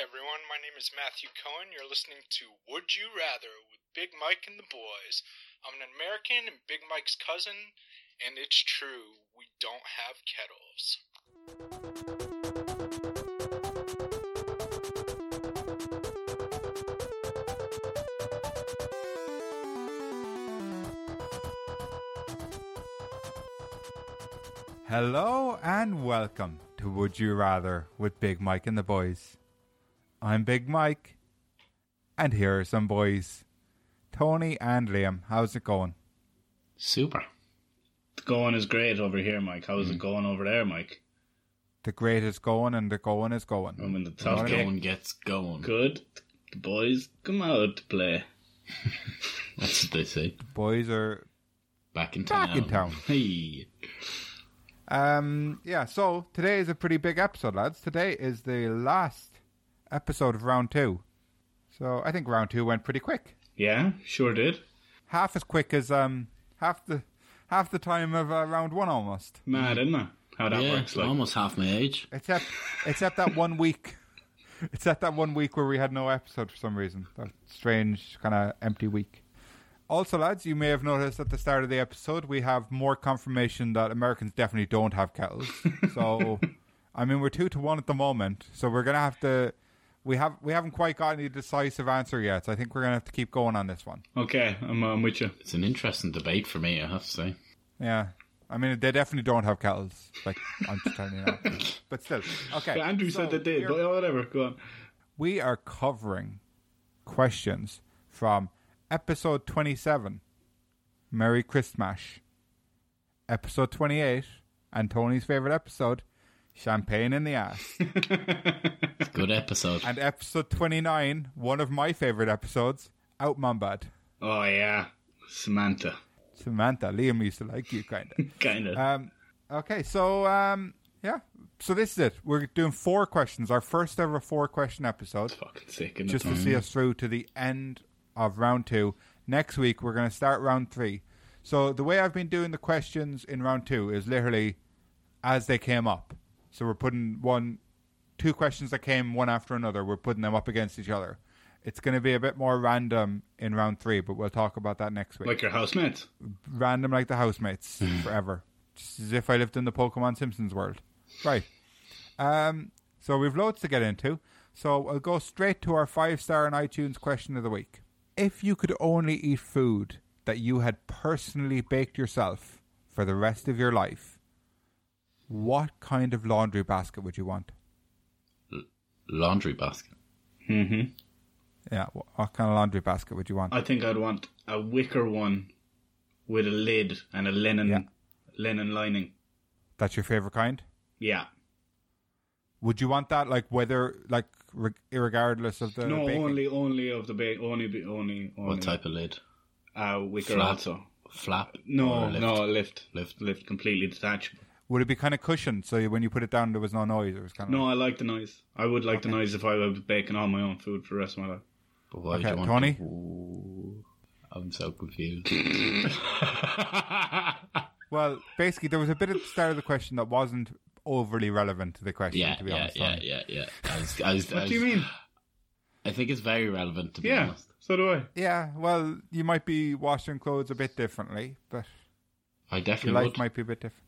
everyone. My name is Matthew Cohen. You're listening to Would You Rather with Big Mike and the Boys. I'm an American and Big Mike's cousin, and it's true, we don't have kettles. Hello and welcome to Would You Rather with Big Mike and the Boys. I'm Big Mike, and here are some boys Tony and Liam. How's it going? Super. The going is great over here, Mike. How is it going over there, Mike? The great is going, and the going is going. I'm in the top Morning. game. Going gets going. Good. The boys come out to play. That's what they say. Boys are Back in town. Back in town. Hey. Um, yeah, so today is a pretty big episode, lads. Today is the last episode of round two. So I think round two went pretty quick. Yeah, sure did. Half as quick as um half the half the time of uh, round one almost. Mad, isn't it? How that yeah, works. Like. almost half my age. Except except that one week. Except that one week where we had no episode for some reason. That strange kind of empty week. Also, lads, you may have noticed at the start of the episode we have more confirmation that Americans definitely don't have kettles. So, I mean, we're two to one at the moment. So we're gonna have to. We have we haven't quite got any decisive answer yet. So I think we're gonna have to keep going on this one. Okay, I'm, I'm with you. It's an interesting debate for me, I have to say. Yeah. I mean, they definitely don't have kettles. Like, I'm just telling you now. But still, okay. But Andrew so said they did, we're- but whatever. Go on. we are covering questions from episode 27 merry christmas episode 28 and tony's favorite episode champagne in the ass It's a good episode. and episode 29 one of my favorite episodes out mumbad Oh, yeah. Samantha. samantha liam used to like you kind of Kind of. Um, okay, so um, yeah, so this is it. We're doing four questions. Our first ever four question episode, Fucking sick, is just to see us through to the end of round two. Next week we're going to start round three. So the way I've been doing the questions in round two is literally as they came up. So we're putting one, two questions that came one after another. We're putting them up against each other. It's going to be a bit more random in round three, but we'll talk about that next week Like your housemates. random like the housemates forever. Just as if I lived in the Pokemon Simpsons world. Right. Um, so we've loads to get into. So I'll go straight to our five star and iTunes question of the week. If you could only eat food that you had personally baked yourself for the rest of your life, what kind of laundry basket would you want? Laundry basket. hmm Yeah, wh- what kind of laundry basket would you want? I think I'd want a wicker one with a lid and a linen Yeah. linen lining. That's your favorite kind? Yeah. Would you want that like whether like reg- regardless of the no, baking? only only of the bake, only be- only only. What type of lid? Uh, wicker Flat. also. Flap? No, Or lift? no, lift, Lift. lift, completely detachable. Would it be kind of cushioned so when you put it down there was no noise? It was Oh. kind of No, I like the noise. I would like the noise if I was baking all my own food for the rest of my life. But why Okay, do you want Tony? to- Ooh, I'm so confused. well, basically there was a bit at the start of the question that wasn't overly relevant to the question. yeah, to be yeah, honest, yeah, Tony. yeah, yeah. I was, I was, I What do you was- mean? I think it's very relevant, to be Yeah, honest. so do I. Yeah, Well, you might be washing clothes a bit differently, but I your definitely life would. might be a bit different.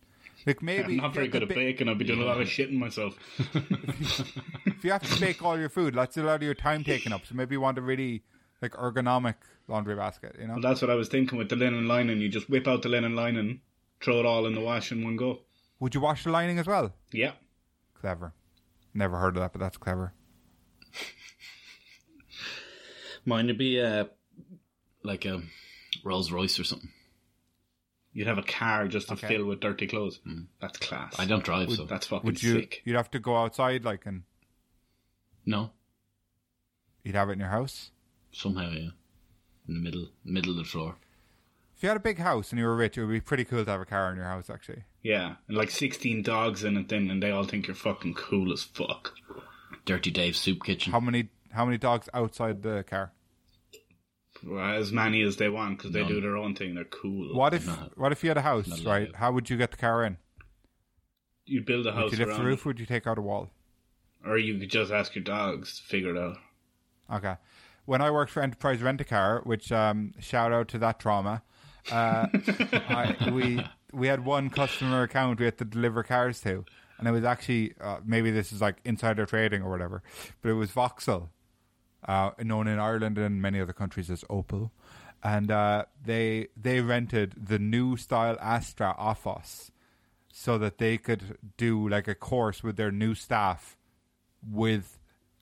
Like maybe I'm not very if you good have at to ba- baking. I'd be doing a lot of shitting myself. If you have to bake all your food, that's a lot of your time taken up. So maybe you want a really like ergonomic laundry basket. You know, Well, that's what I was thinking with the linen lining. You just whip out the linen lining, throw it all in the wash in one go. would you wash the lining as well? Yeah. Clever. Never heard of that, but that's clever. Mine would be uh, like a Rolls Royce or something. You'd have a car just to Okay. fill with dirty clothes. That's class. Hmm. I don't drive, so That's fucking Would you? sick. You'd have to go outside, like, and no. you'd have it in your house. Somehow, yeah, in the middle, middle of the floor. If you had a big house and you were rich, it would be pretty cool to have a car in your house, actually. Yeah, and like 16 dogs in it then, and they all think you're fucking cool as fuck. Dirty Dave's soup kitchen. How many how many dogs outside the car? As many as they want because they None. do their own thing. They're cool. What if not- what if you had a not house, allowed right? out. How would you get the car in? You build a Would house you lift around the it. roof? Would you take out a wall? Or you could just ask your dogs to figure it out. Okay. When I worked for Enterprise Rent a Car, which um, shout out to that trauma, uh, I, we we had one customer account we had to deliver cars to, and it was actually uh, maybe this is like insider trading or whatever, but it was Vauxhall, uh, known in Ireland and many other countries as Opel, and uh, they they rented the new style Astra off us, so that they could do like a course with their new staff, with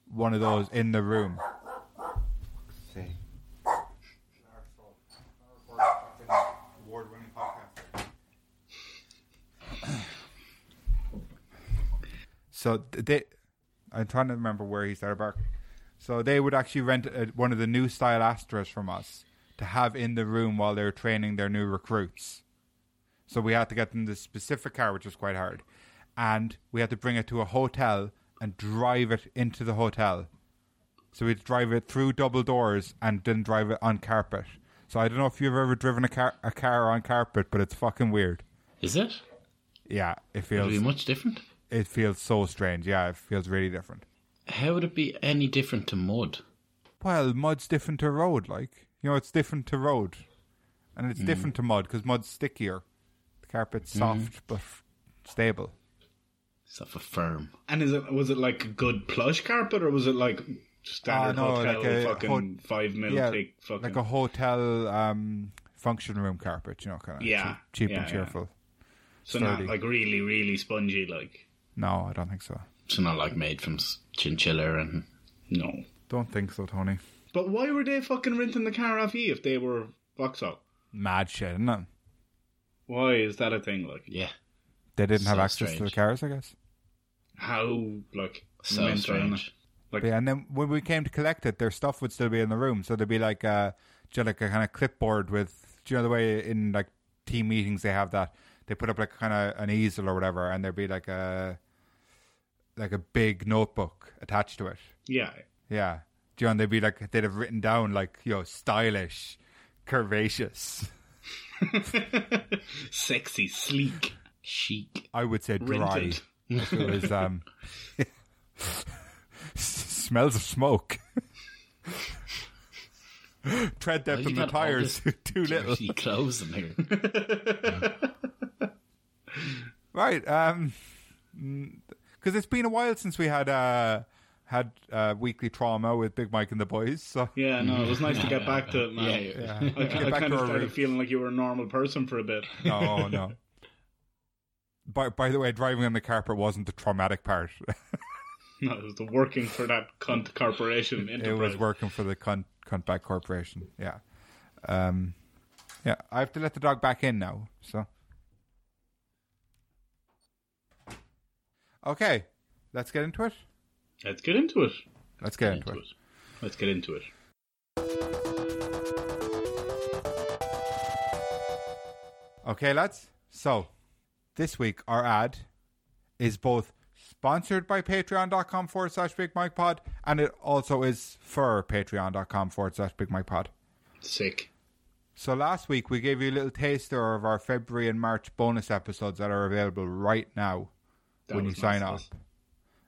one of those in the room. So th- they, I'm trying to remember where he started barking. So they would actually rent uh one of the new style Astras from us to have in the room while they were training their new recruits. So we had to get them this specific car, which was quite hard, and we had to bring it to a hotel and drive it into the hotel. So we'd drive it through double doors and then drive it on carpet. So I don't know if you've ever driven a car a car on carpet, but it's fucking weird. Is it? Yeah, it Would it be feels much different? it feels so strange. Yeah, it feels really different. How would it be any different to mud? Well, mud's different to road, like you know, it's different to road, and Mm. it's different to mud because mud's stickier. The carpet's Mm-hmm. soft but f- stable. Stuff a firm. And is it was it like a good plush carpet or was it like standard Ah, no, hotel like a fucking hot- five mil yeah, thick fucking like a hotel um, function room carpet, you know, kind of Yeah, cheap, cheap yeah, and yeah. cheerful. so not sturdy. like really really spongy like No, I don't think so. It's not like made from s- chinchilla and no. Don't think so, Tony. But why were they fucking renting the car off you if they were Vauxhall? Mad shit, isn't it? Why is that a thing? Like yeah. They didn't have So access to the strange. cars, I guess. how like So mental, strange. Like- Yeah, and then when we came to collect it, their stuff would still be in the room. So there'd be like uh, a, just like a kind of clipboard with, do you know the way in like team meetings they have that they put up like kind of an easel or whatever, and there'd be like a like a big notebook attached to it. Yeah. Yeah, do you know? and They'd be like they'd have written down like you know stylish, curvaceous. Sexy, sleek, Chic. I would say dry. rented. if it was um, smells of smoke. Tread Why depth you in the got all tires this too little. Dirty clothes in here. Right, um, because it's been a while since we had uh had uh, weekly trauma with Big Mike and the boys. So Yeah, no, it was nice to get back to it, man. yeah, yeah. yeah, I, Get back to kind of our started roots. feeling like you were a normal person for a bit. no, no. By by the way, driving on the carpet wasn't the traumatic part. No, it was the working for that cunt corporation it enterprise. was working for the cunt cunt back corporation. Yeah, um, yeah. I have to let the dog back in now. So okay, let's get into it. Let's get into it. Let's get into Into it. it. Let's get into it. Okay, lads. So this week our ad is both sponsored by patreon.com forward slash big mike pod and it also is for patreon.com forward slash big mike pod. Sick. So last week we gave you a little taster of our February and March bonus episodes that are available right now That when you was sign up. nice.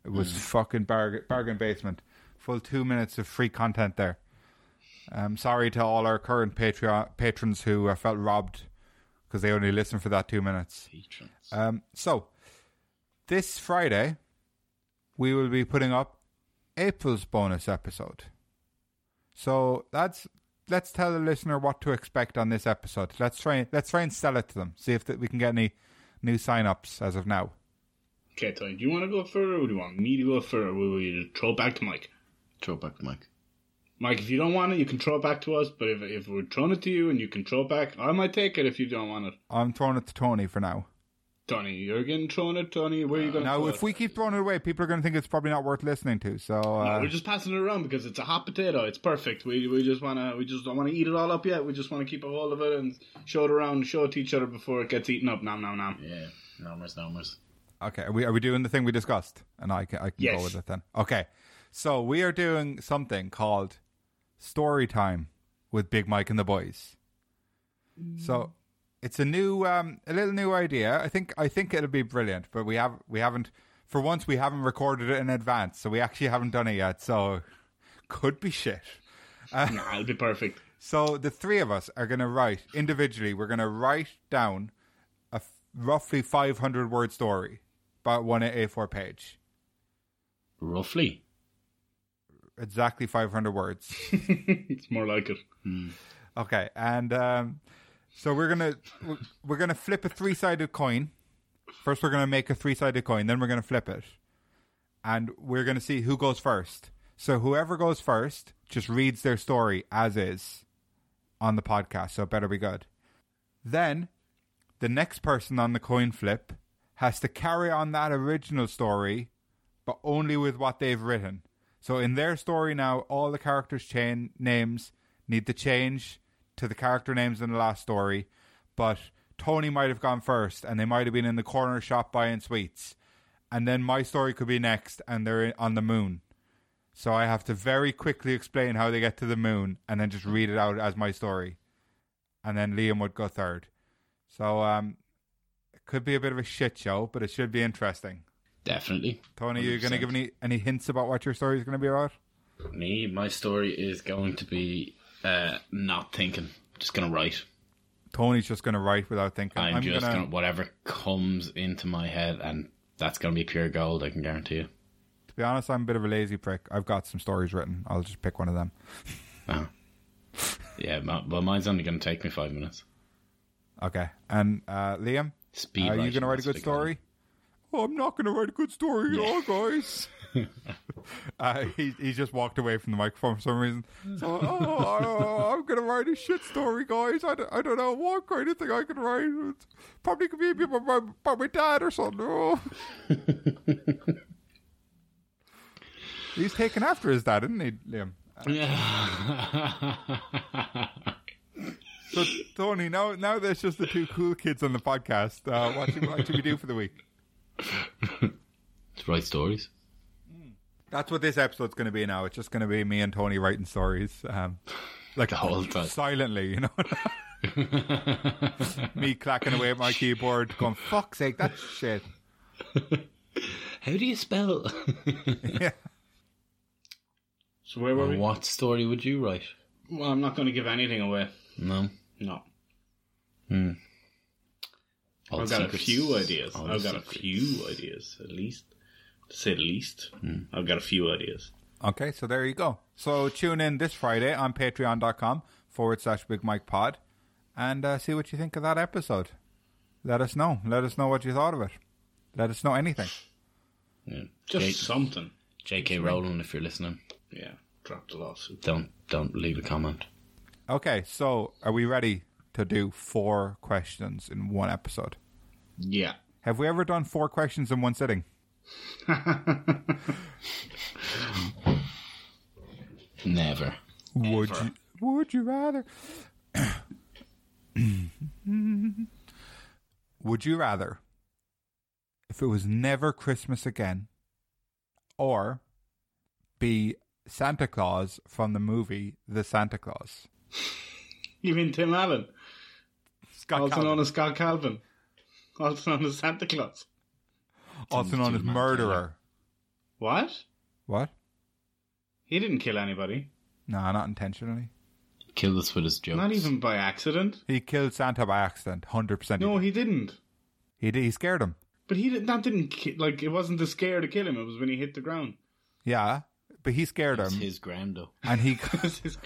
It was fucking bargain, bargain basement. Full two minutes of free content there. Um, sorry to all our current Patreon patrons who uh, felt robbed because they only listened for that two minutes. Patrons. Um, so this Friday we will be putting up April's bonus episode. So that's let's tell the listener what to expect on this episode. Let's try let's try and sell it to them. See if that we can get any new sign-ups as of now. Okay, Tony, do you want to go further or do you want me to go further? We will throw it back to Mike. Throw back the mic. Mike, if you don't want it, you can throw it back to us, but if, if we're throwing it to you and you can throw it back, I might take it if you don't want it. I'm throwing it to Tony for now. Tony, you're getting thrown it, Tony. Where are you going to Now, throw if it? we keep throwing it away, people are going to think it's probably not worth listening to. So, No, uh, we're just passing it around because it's a hot potato. It's perfect. We we just wanna we just don't wanna eat it all up yet. We just wanna keep a hold of it and show it around, show it to each other before it gets eaten up. Nom nom nom. Yeah. Nomers, nomers. okay, are we, are we doing the thing we discussed? And I can, I can go Yes. with it then. Okay. So, we are doing something called Story Time with Big Mike and the Boys. So, it's a new, um, a little new idea. I think, I think it'll be brilliant, but we have, we haven't for once, we haven't recorded it in advance, so we actually haven't done it yet. So could be shit. Nah, it'll be perfect. So the three of us are going to write individually. We're going to write down a f- roughly 500 word story, about one A4 page, Roughly. exactly 500 words. it's more like it. Okay, and um, so we're gonna we're- we're gonna flip a three sided coin. First, we're gonna make a three sided coin. Then we're gonna flip it, and we're gonna see who goes first. So whoever goes first just reads their story as is on the podcast. So it better be good. Then, the next person on the coin flip has to carry on that original story, but only with what they've written. So in their story now, all the characters' chain names need to change to the character names in the last story. But Tony might have gone first, and they might have been in the corner shop buying sweets, and then my story could be next, and they're on the moon. So I have to very quickly explain how they get to the moon, and then just read it out as my story, and then Liam would go third. So um, it could be a bit of a shit show, but it should be interesting. Definitely. Tony, are you going to 100%. give any any hints about what your story is going to be about? Me, my story is going to be uh, not thinking. Just gonna write. Tony's just going to write without thinking. I'm, just gonna- gonna... whatever comes into my head, and that's gonna be pure gold. I can guarantee you. To be honest, I'm a bit of a lazy prick. I've got some stories written. I'll just pick one of them. Uh-huh. yeah, my, well, mine's only gonna take me five minutes. Okay. And uh, Liam, Speed. are you writing, going to write a that's good big story? Oh, I'm not going to write a good story at all, guys. uh, he, he just walked away from the microphone for some reason. So, oh, I, I'm going to write a shit story, guys. I don't, I don't know what kind of thing I can write. It's probably could be about my, about my dad or something. Oh. He's taken after his dad, isn't he, Liam? Yeah. So Tony, now now there's just the two cool kids on the podcast. Uh, what, should, what should we do for the week? to write stories. That's what this episode's going to be now. It's just going to be me and Tony writing stories, um, like The whole time. silently, you know. me clacking away at my keyboard, going "fuck's sake, that's shit." How do you spell? Yeah. So where were we? what story would you write? Well, I'm not going to give anything away. No. No. Hmm. All I've the got secrets. a few ideas. All the I've got a secrets. few ideas, at least. To say the least. Hmm. I've got a few ideas. Okay, so there you go. So tune in this Friday on patreon.com forward slash Big Mike Pod and uh, see what you think of that episode. Let us know. Let us know what you thought of it. Let us know anything. Yeah. Just J- something. J.K. Rowling, if you're listening, Yeah. Drop the lawsuit. don't don't leave a comment. Okay, so are we ready to do four questions in one episode? Yeah. Have we ever done four questions in one sitting? Never. Would you, would you rather? would you rather if it was never Christmas again or be Santa Claus from the movie The Santa Claus? You mean Tim Allen? Scott also Calvin, known as Scott Calvin. Also known as Santa Claus. also known as Murderer. What? What? He didn't kill anybody. No, not intentionally. Kill us with his jokes. Not even by accident. He killed Santa by accident, 100%. No, he didn't. He, did- he scared him. But he did, that didn't ki- like it wasn't the scare to kill him. It was when he hit the ground. Yeah, but he scared It's him. his gram though. and he That's his-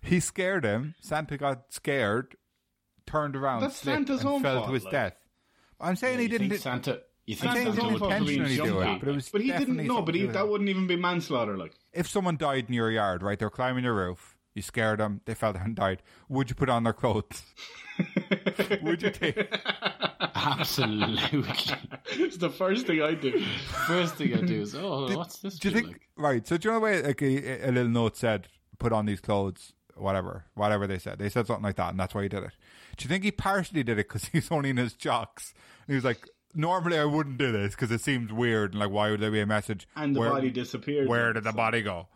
He scared him. Santa got scared, turned around, That's slipped, Santa's and own fell to fault, his like. death. I'm saying Yeah, he you didn't. Think do- Santa, you think I'm saying he Santa Santa's didn't would own fault for being intentionally do it, jumpy. but it was but he didn't. definitely No, something but to he, do that with- wouldn't even be manslaughter. Like If someone died in your yard, right, they're climbing your roof, you scared them, they fell down and died. Would you put on their clothes? would you take? absolutely? it's the first thing I do. First thing I do is, oh, what's this? Do you feel think? like? Right. So do you know the way like a, a little note said, "Put on these clothes." Whatever, whatever they said, they said something like that, and that's why he did it. Do you think he partially did it because he's only in his jocks? And he was like, "Normally, I wouldn't do this because it seems weird, and like, why would there be a message?" And the where- body disappeared. Where did the body go?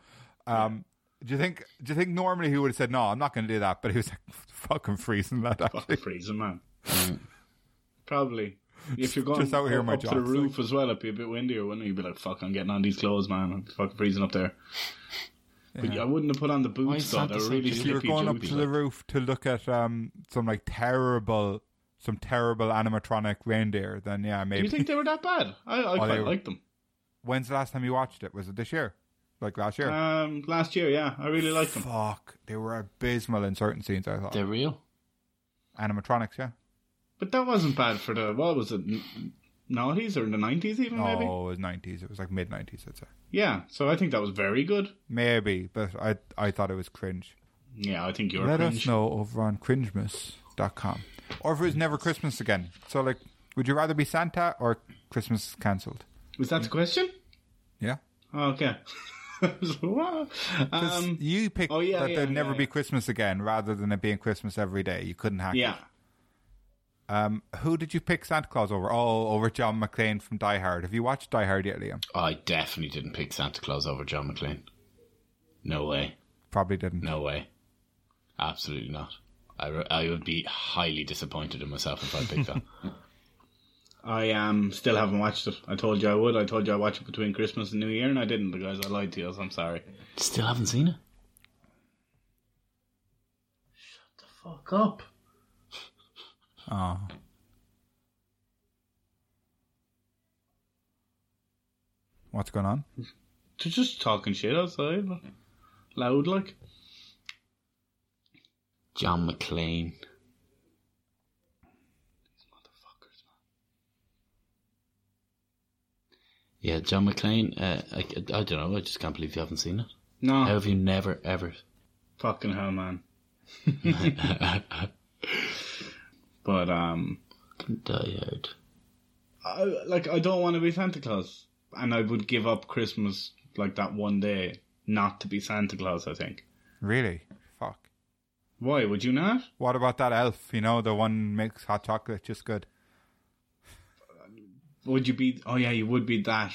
Um, Do you think? Do you think normally he would have said, "No, I'm not going to do that," but he was like, "Fucking freezing that." Actually, Fucking freezing man. Probably. If you're going Mm. Just out here, up, my up to the job's roof as well, it'd be a bit windier, wouldn't it? You'd be like, "Fuck, I'm getting on these clothes, man. I'm fucking freezing up there." But I wouldn't have put on the Why boots is though. that They're the really same? you were slippy. going up jumpy, to the like. roof to look at um some like terrible, some terrible animatronic reindeer. Then yeah, Do maybe. you think they were that bad? I, I they quite were- liked them. When's the last time you watched it? Was it this year? Like last year? Um, last year, yeah, I really liked them. Fuck, they were abysmal in certain scenes. I thought They're real. animatronics. Yeah. But that wasn't bad for the what was it, n- noughties or in the nineties even No, Mm, maybe? Oh, it was nineties. It was like mid nineties. I'd say Yeah, so I think that was very good. maybe, but I I thought it was cringe. Yeah, I think you're Let cringe. us know over on cringemas.com. Or if it was never Christmas again. So like, would you rather be Santa or Christmas cancelled? Was that the question? Yeah. Okay. I was like, what? 'Cause Um, you picked oh, yeah, that yeah, there'd yeah, never yeah. be Christmas again, rather than it being Christmas every day. You couldn't hack. it. yeah. Um, who did you pick Santa Claus over? Oh, over John McClane from Die Hard. Have you watched Die Hard yet, Liam? I definitely didn't pick Santa Claus over John McClane. No way. Probably didn't. No way. Absolutely not. I, re- I would be highly disappointed in myself if I picked that. I um still haven't watched it. I told you I would. I told you I watch it between Christmas and New Year, and I didn't, guys. I lied to you. so I'm sorry. Still haven't seen it. Shut the fuck up. Oh. What's going on? They're just talking shit outside, like, loud like. John McClane. Motherfuckers, Yeah, John McClane. Uh, I, I don't know. I just can't believe you haven't seen it. man. How No, have you never ever? fucking hell, man. But um, Die Hard. I, like I don't want to be Santa Claus, and I would give up Christmas like that one day not to be Santa Claus. I think. Really? Fuck. Why would you not? What about that elf? You know, the one makes hot chocolate just good. Would you be? Oh yeah, you would be that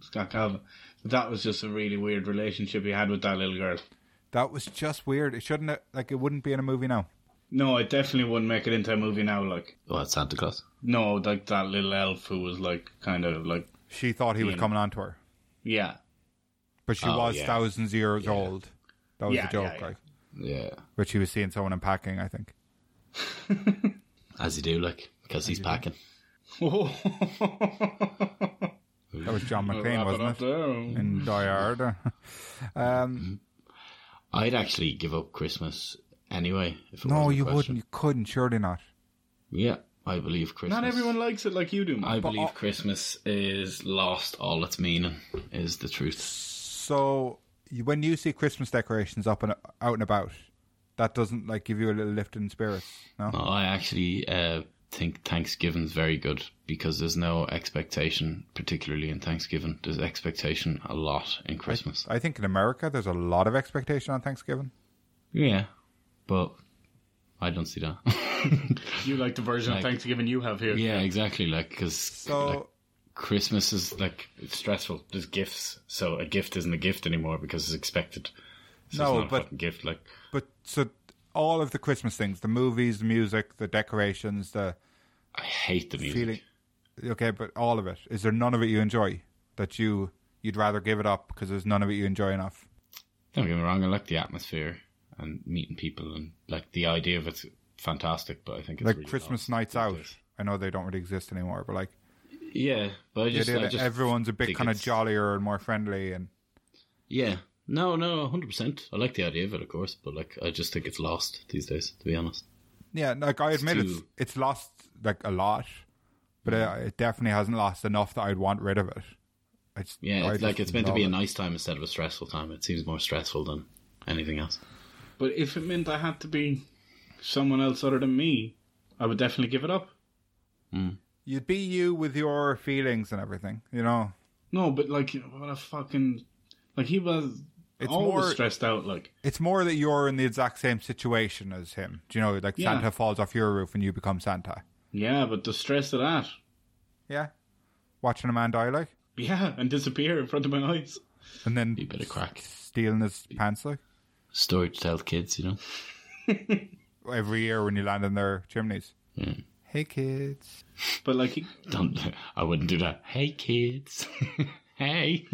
Scott Calvin. But that was just a really weird relationship he had with that little girl. That was just weird. It shouldn't have, like it wouldn't be in a movie now. No, it definitely wouldn't make it into a movie now. Like, Oh, it's Santa Claus. no, like that little elf who was like kind of like, She thought he was Yeah. coming on to her, yeah, but she Oh, was yeah. thousands of years old. That was Yeah, a joke, yeah, yeah. like Yeah. which he was seeing someone unpacking. I think. As you do, like, because he's packing. oh, That was John McClane, wasn't it? In Die Hard. um, I'd actually give up Christmas anyway. If it no, wasn't a you question. wouldn't. You couldn't. Surely not. Yeah, I believe Christmas. Not everyone likes it like you do. man. I But believe all- Christmas is lost all its meaning. Is the truth? So you- when you see Christmas decorations up and out and about, that doesn't like give you a little lift in spirits. No. No, I actually uh, think Thanksgiving's very good because there's no expectation, particularly in Thanksgiving. There's expectation a lot in Christmas. I think in America there's a lot of expectation on Thanksgiving. Yeah, but I don't see that. you like the version Like- of Thanksgiving you have here. yeah, exactly. Like because So Christmas is like it's stressful. There's gifts, so a gift isn't a gift anymore because it's expected. So No, it's not a but- fucking gift. Like But so all of the Christmas things, the movies, the music, the decorations, the I hate the music. feeling. Okay, but all of it. Is there none of it you enjoy that you you'd rather give it up because there's none of it you enjoy enough? Don't get me wrong, I like the atmosphere and meeting people and like the idea of it's fantastic, but I think it's like really Christmas lost nights out. these days. I know they don't really exist anymore, but like Yeah, but I the just, idea I that just everyone's a bit think kind of it's- jollier and more friendly and Yeah, no, no, hundred percent. I like the idea of it, of course, but like I just think it's lost these days. To be honest, yeah, like I admit it's too- Mm. it's lost like a lot, but uh it, definitely hasn't lost enough that I'd want rid of it. I just, yeah, I it's, like just it's meant to be a love it. nice time instead of a stressful time. It seems more stressful than anything else. But if it meant I had to be someone else other than me, I would definitely give it up. You'd be you with your feelings and everything, you know. No, but like, what a fucking like he was It's always more- stressed out. Like, It's more that you're in the exact same situation as him. Do you know, like Yeah. Santa falls off your roof and you become Santa. yeah, but the stress of that, Yeah. Watching a man die like yeah, and disappear in front of my eyes. and then Be a bit of crack. stealing his pants like Story to tell kids, you know. every year when you land in their chimneys. Hmm. Mm. Hey kids. But like, he, Don't. I wouldn't do that. Hey kids. hey.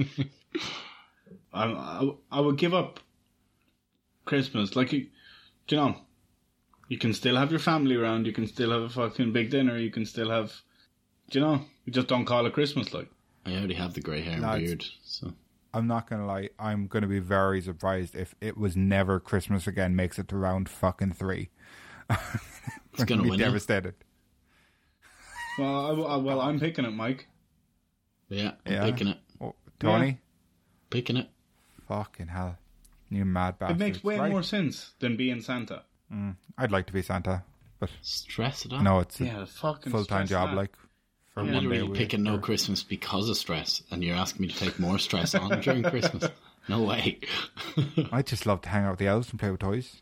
I, I, I would give up Christmas. Like, you, do you know, you can still have your family around. You can still have a fucking big dinner. You can still have, do you know, you just don't call it Christmas. Like, I already have the grey hair and Lads. beard. So I'm not gonna lie. I'm gonna be very surprised if it was never Christmas again makes it to round fucking three. it's gonna be win. it. devastated. well, I, I- well, I'm picking it, Mike. Yeah, I'm Yeah. picking it. Oh, Tony, Picking it. fucking hell, you mad bastard! It makes way more sense than being Santa. I'd like to be Santa, but Stress it out. no, it's Ah, Yeah, a fucking full time stress job. that. Like for I'm one day a literally week picking no or- Christmas because of stress, and you're asking me to take more stress on during Christmas. No way. I just love to hang out with the elves and play with toys.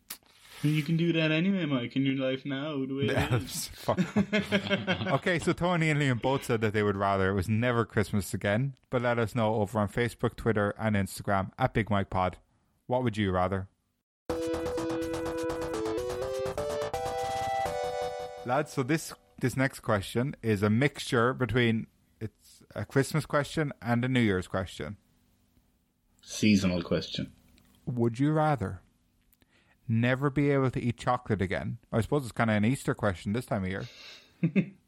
you can do that anyway, Mike, in your life now. The way The it is. elves. Fuck. okay, so Tony and Liam both said that they would rather it was never Christmas again, but let us know over on Facebook, Twitter, and Instagram at Big Mike Pod. What would you rather? Lads, so this this next question is a mixture between it's a Christmas question and a New Year's question. Seasonal question. Would you rather never be able to eat chocolate again? I suppose it's kind of an Easter question this time of year.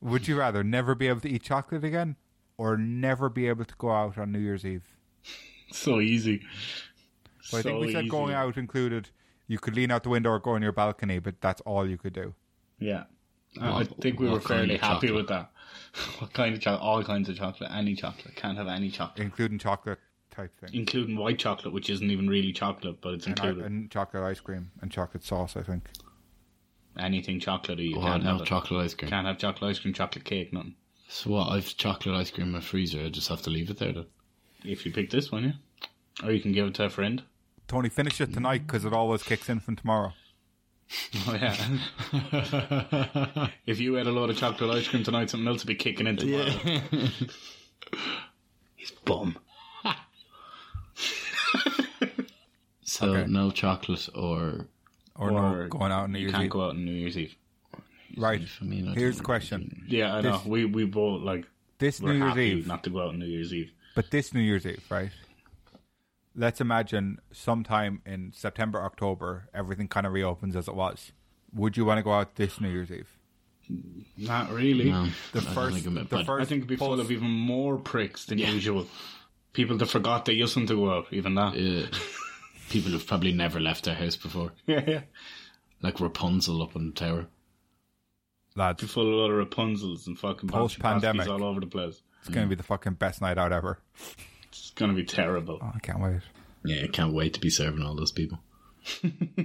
Would you rather never be able to eat chocolate again or never be able to go out on New Year's Eve? So easy. So I think we So said easy. going out included you could lean out the window or go on your balcony, but that's all you could do. Yeah. I- I What- think we what were fairly kind of happy chocolate? with that. What kind of chocolate? All kinds of chocolate. Any chocolate. Can't have any chocolate. Including chocolate type thing. Including white chocolate, which isn't even really chocolate, but it's And, I- included. and chocolate ice cream and chocolate sauce, I think. Anything chocolatey, you oh, can't have no it. chocolate ice cream. Can't have chocolate ice cream, chocolate cake, nothing. So what? I've chocolate ice cream in my freezer. I just have to leave it there. Then. If you pick this one, yeah. Or you can give it to a friend. Tony, finish it tonight because it always kicks in from tomorrow. Oh, yeah. if you had a load of chocolate ice cream tonight, something else would be kicking in tomorrow. He's bum. So no chocolate or Or, no, going out on New You Year's can't Eve. go out on New Year's Eve. Right. for me. I Here's don't the know. question. Yeah, I know. This- We we both like This we're New Year's happy Eve. not to go out on New Year's Eve. But this New Year's Eve, right? Let's imagine sometime in September, October, everything kind of reopens as it was. Would you want to go out this New Year's Eve? Not really. No, The I don't first, think I'm- the but first. I think it'd be full post- of even more pricks than usual. People that forgot they used to go out, even that. uh, people have probably never left their house before, Yeah, yeah. like Rapunzel up on the tower. lads. Be full of a lot of Rapunzels and fucking Post-pandemic. Bob Chapasky's all over the place. It's going to be the fucking best night out ever. It's gonna be terrible. Oh, I can't wait. Yeah, I can't wait to be serving all those people.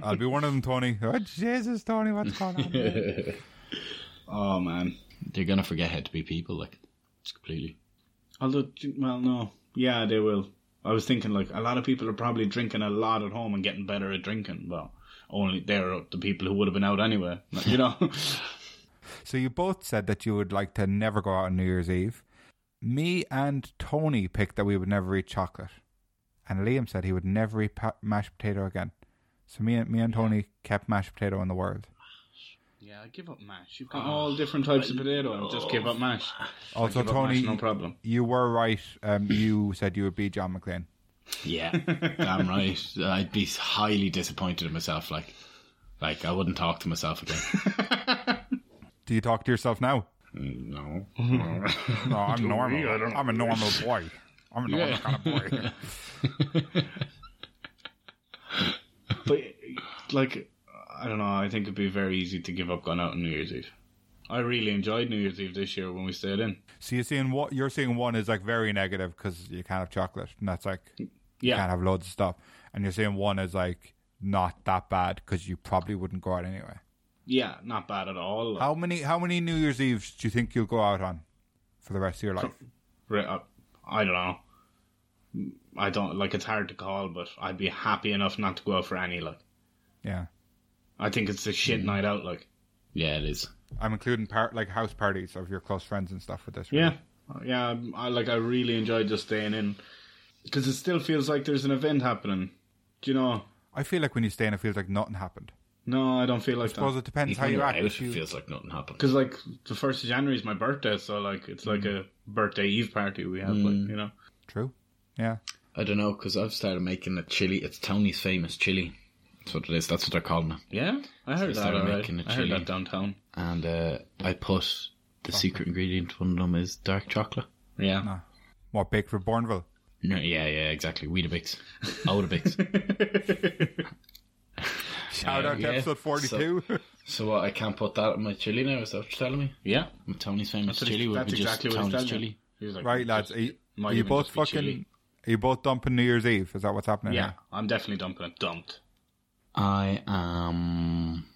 I'll be one of them, Tony. Oh, Jesus, Tony, what's going on? here? Oh man. They're gonna forget how to be people. Like it's completely. Although, well, no, yeah, they will. I was thinking like a lot of people are probably drinking a lot at home and getting better at drinking. Well, only they're the people who would have been out anyway. You know. so you both said that you would like to never go out on New Year's Eve. Me and Tony picked that we would never eat chocolate, and Liam said he would never eat pa- mashed potato again. So me and me and Tony kept mashed potato in the world. yeah, I give up mash. You've got all different types of potato. and just give up mash. Also, Give up mash, Tony, no problem. you were right. Um, you said you would be John McLean. Yeah, damn right. I'd be highly disappointed in myself. Like, like I wouldn't talk to myself again. Do you talk to yourself now? no. No, I'm we? I don't normal. I'm a normal boy. I'm a normal Yeah. kind of boy. But like, I don't know. I think it'd be very easy to give up going out on New Year's Eve. I really enjoyed New Year's Eve this year when we stayed in. So you're seeing what you're seeing. One is like very negative because you can't have chocolate, and that's like you can't Yeah, have loads of stuff. And you're seeing one is like not that bad because you probably wouldn't go out anyway. yeah, not bad at all. How many how many New Year's Eves do you think you'll go out on for the rest of your life? Re- uh, I don't know. I don't like. It's hard to call, but I'd be happy enough not to go out for any. Like, Yeah, I think it's a shit Mm. night out. Like, Yeah, it is. I'm including par- like house parties of your close friends and stuff with this. really. yeah, yeah. I'm- I like. I really enjoy just staying in because it still feels like there's an event happening. Do you know? I feel like when you stay in, it feels like nothing happened. No, I don't feel like I suppose that. it depends Even how when you you're act. out, If it you, feels like nothing happened. Because like the first of January is my birthday, so like it's like a birthday Eve party we have, like you know. true. Yeah. I don't know because I've started making a chili. It's Tony's famous chili. That's what it is. That's what they're calling it. Yeah, I heard they that. started alright. making a I heard chili. that downtown. And uh, I put the secret ingredient. One of them is dark chocolate. Yeah, What, baked for Bourneville? No, yeah, yeah, exactly. Weetabix, Oatabix. Shout Uh, out to yeah. episode 42. So what? I can't put that in my chili now. Is that what you're telling me? yeah. My Tony's famous That's what he- chili would that's be just exactly what he's Tony's done, chili. He was like, right, lads. eh, Are just- you, might are you even both just be fucking. chili. Are you both dumping New Year's Eve? Is that what's happening? Yeah, I'm definitely dumping it. Dumped. I am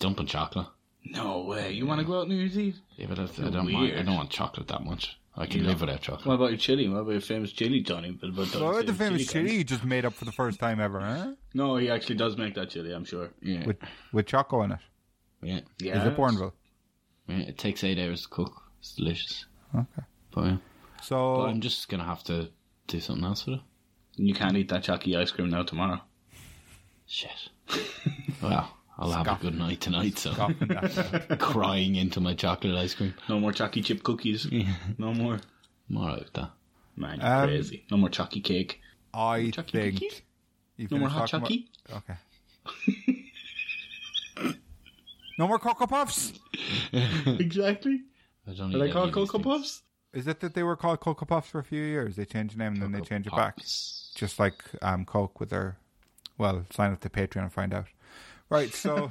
dumping chocolate. No way. You want to go out New Year's Eve? Yeah, but I, I don't mind. I don't want chocolate that much. I can live without chocolate. What about your chili? What about your famous chili, Johnny? But about So Donny's the famous chili Johnny? you just made up for the first time ever, huh? No, he actually does make that chili. I'm sure. Yeah, With with choco in it. yeah, Yeah. Is it Bourneville? yeah. It takes eight hours to cook. It's delicious. Okay. But yeah. Oh. But So I'm just gonna have to do something else with it. You can't eat that chalky ice cream now tomorrow. Shit. well, I'll have a good night tonight. So Scoffing that. crying into my chocolate ice cream. No more chalky chip cookies. No more. I'm alright with that. Man, you're Um, crazy. No more chalky cake. I Chucky think cookies? you E. No more finished hot E? talking about- chalky. Okay. no more Cocoa Puffs. Exactly. I don't Are eat they any called of these Cocoa things. Puffs? Is it that they were called Cocoa Puffs for a few years? They changed the name and then they Cocoa changed it back. Pops. Just like um, Coke with their. Well, sign up to Patreon and find out. Right, so.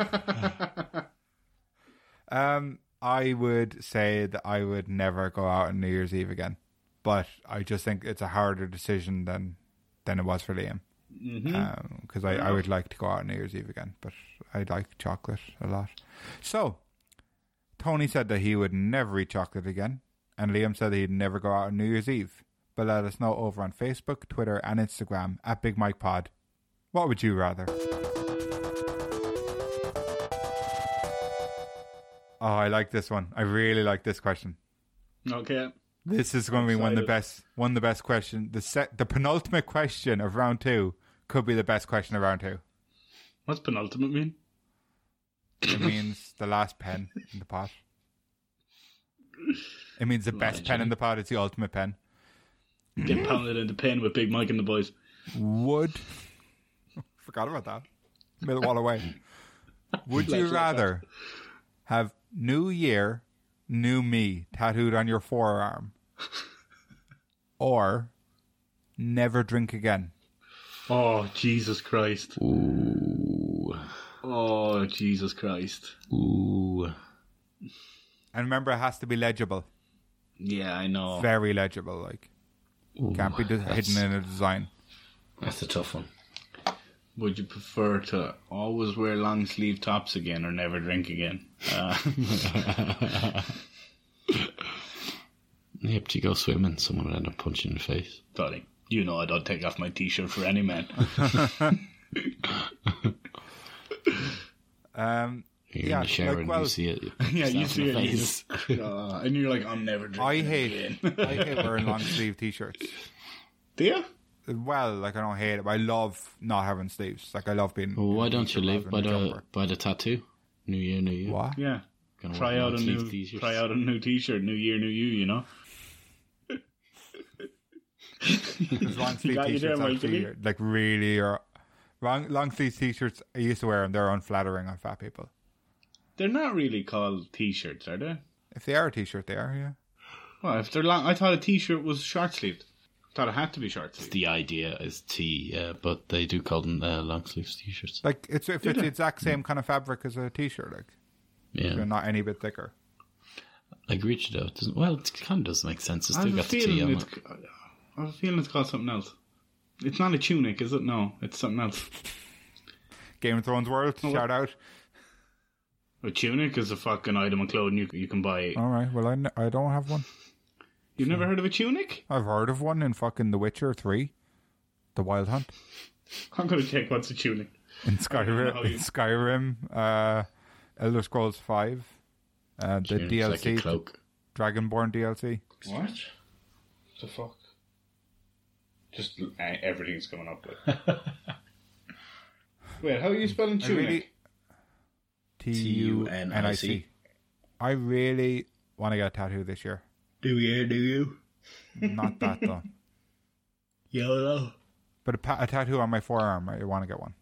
um, I would say that I would never go out on New Year's Eve again, but I just think it's a harder decision than than it was for Liam. Mm-hmm. Uh-huh. because Um, I, I would like to go out on New Year's Eve again, but I like chocolate a lot. So, Tony said that he would never eat chocolate again, and Liam said that he'd never go out on New Year's Eve. But let us know over on Facebook, Twitter, and Instagram at Big Mike Pod. What would you rather? Oh, I like this one. I really like this question. okay. This is going to be one of the Excited. best, one of the best question. The set, the penultimate question of round two could be the best question of round two. What's penultimate mean? It means the last pen in the pot. It means the best pen in the pot. It's the ultimate pen. Mm-hmm. Get pounded in the pen with Big Mike and the boys. Would forgot about that. Millwall away. Would you Let's let that- rather have New Year, New Me tattooed on your forearm, or never drink again? Oh, Jesus Christ. Ooh. Oh, Jesus Christ. Ooh. And remember, it has to be legible. Yeah, I know. very legible. Like can't be de- that's- hidden in a design. That's a tough one. Would you prefer to always wear long sleeve tops again or never drink again? Uh, Yeah, but you go swimming, someone would end up punching you in the face. Tony, you know I don't take off my t shirt for any man. Um, You're Yeah, in the shower like, and well- you see it. you yeah, punch you yourself see in the it. you face. just- Uh, and you're like, I'm never drinking. I hate Again. I hate wearing long sleeve t-shirts. Do you? Well, like I don't hate it, but I love not having sleeves. Like I love being. Well, why don't you rather live than by a the jumper. by the tattoo? New year, new you. What? Yeah. Gonna wear Try out a long-sleeve new t-shirts. try out a new t shirt, new year, new you, you know? These long sleeve got you there, t-shirts Mike, actually, didn't like really are. Long, long sleeve t-shirts I used to wear them. They're unflattering on fat people. They're not really called t shirts, are they? If they are a t-shirt, they are. Yeah. Well, if they're long, I thought a t shirt was short sleeved. Thought it had to be short sleeved. The idea is T, yeah, but they do call them uh, long sleeves t-shirts. Like it's if it's the exact same kind of fabric as a t-shirt, like Yeah, they're not any bit thicker. I agree with you though. It doesn't, well, it kind of does make sense. It's I still have a got the T feeling on it's. it. I have a feeling it's called something else. It's not a tunic, is it? No, it's something else. Game of Thrones world, Oh, shout out. A tunic is a fucking item of clothing you you can buy. All right. Well, I n- I don't have one. You've Hmm. never heard of a tunic? I've heard of one in fucking The Witcher 3, The Wild Hunt. I'm gonna check what's a tunic. In know Skyrim, in you- Skyrim uh, Elder Scrolls 5, uh, the It's DLC, like a cloak. Dragonborn DLC. What? The fuck? Just everything's coming up. Wait, how are you spelling I really, T U N I C. I really want to get a tattoo this year. Do you? Do you? Not that though, YOLO. but a, pa- a tattoo on my forearm. I want to get one.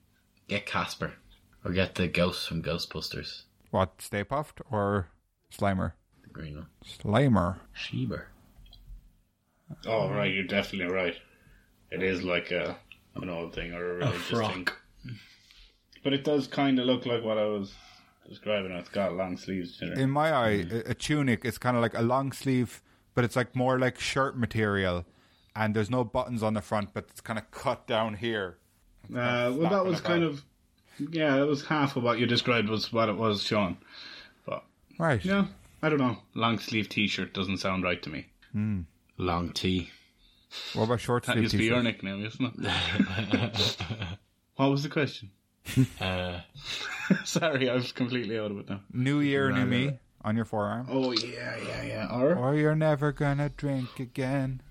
Get Casper. Or get the ghost from Ghostbusters. What Stay Puffed or Slimer? The green one. Slimer. Sheber. Oh, right, you're definitely right. It is like a an old thing or a religious frock. thing. But it does kind of look like what I was describing. It's got long sleeves. You know. In my eye, a, a tunic is kind of like a long sleeve, but it's like more like shirt material, and there's no buttons on the front, but it's kind of cut down here. Uh, well, that flapping was kind about. of yeah, that was half of what you described was what it was, Sean. Right. Yeah, I don't know. Long sleeve T-shirt doesn't sound right to me. Long T. What about short That sleeve used to be your t-shirt? nickname, isn't it? what was the question? Uh, Sorry, I was completely out of it now. New year, new me on your forearm. Oh yeah, yeah, yeah. Or Oh, Or you're never gonna drink again.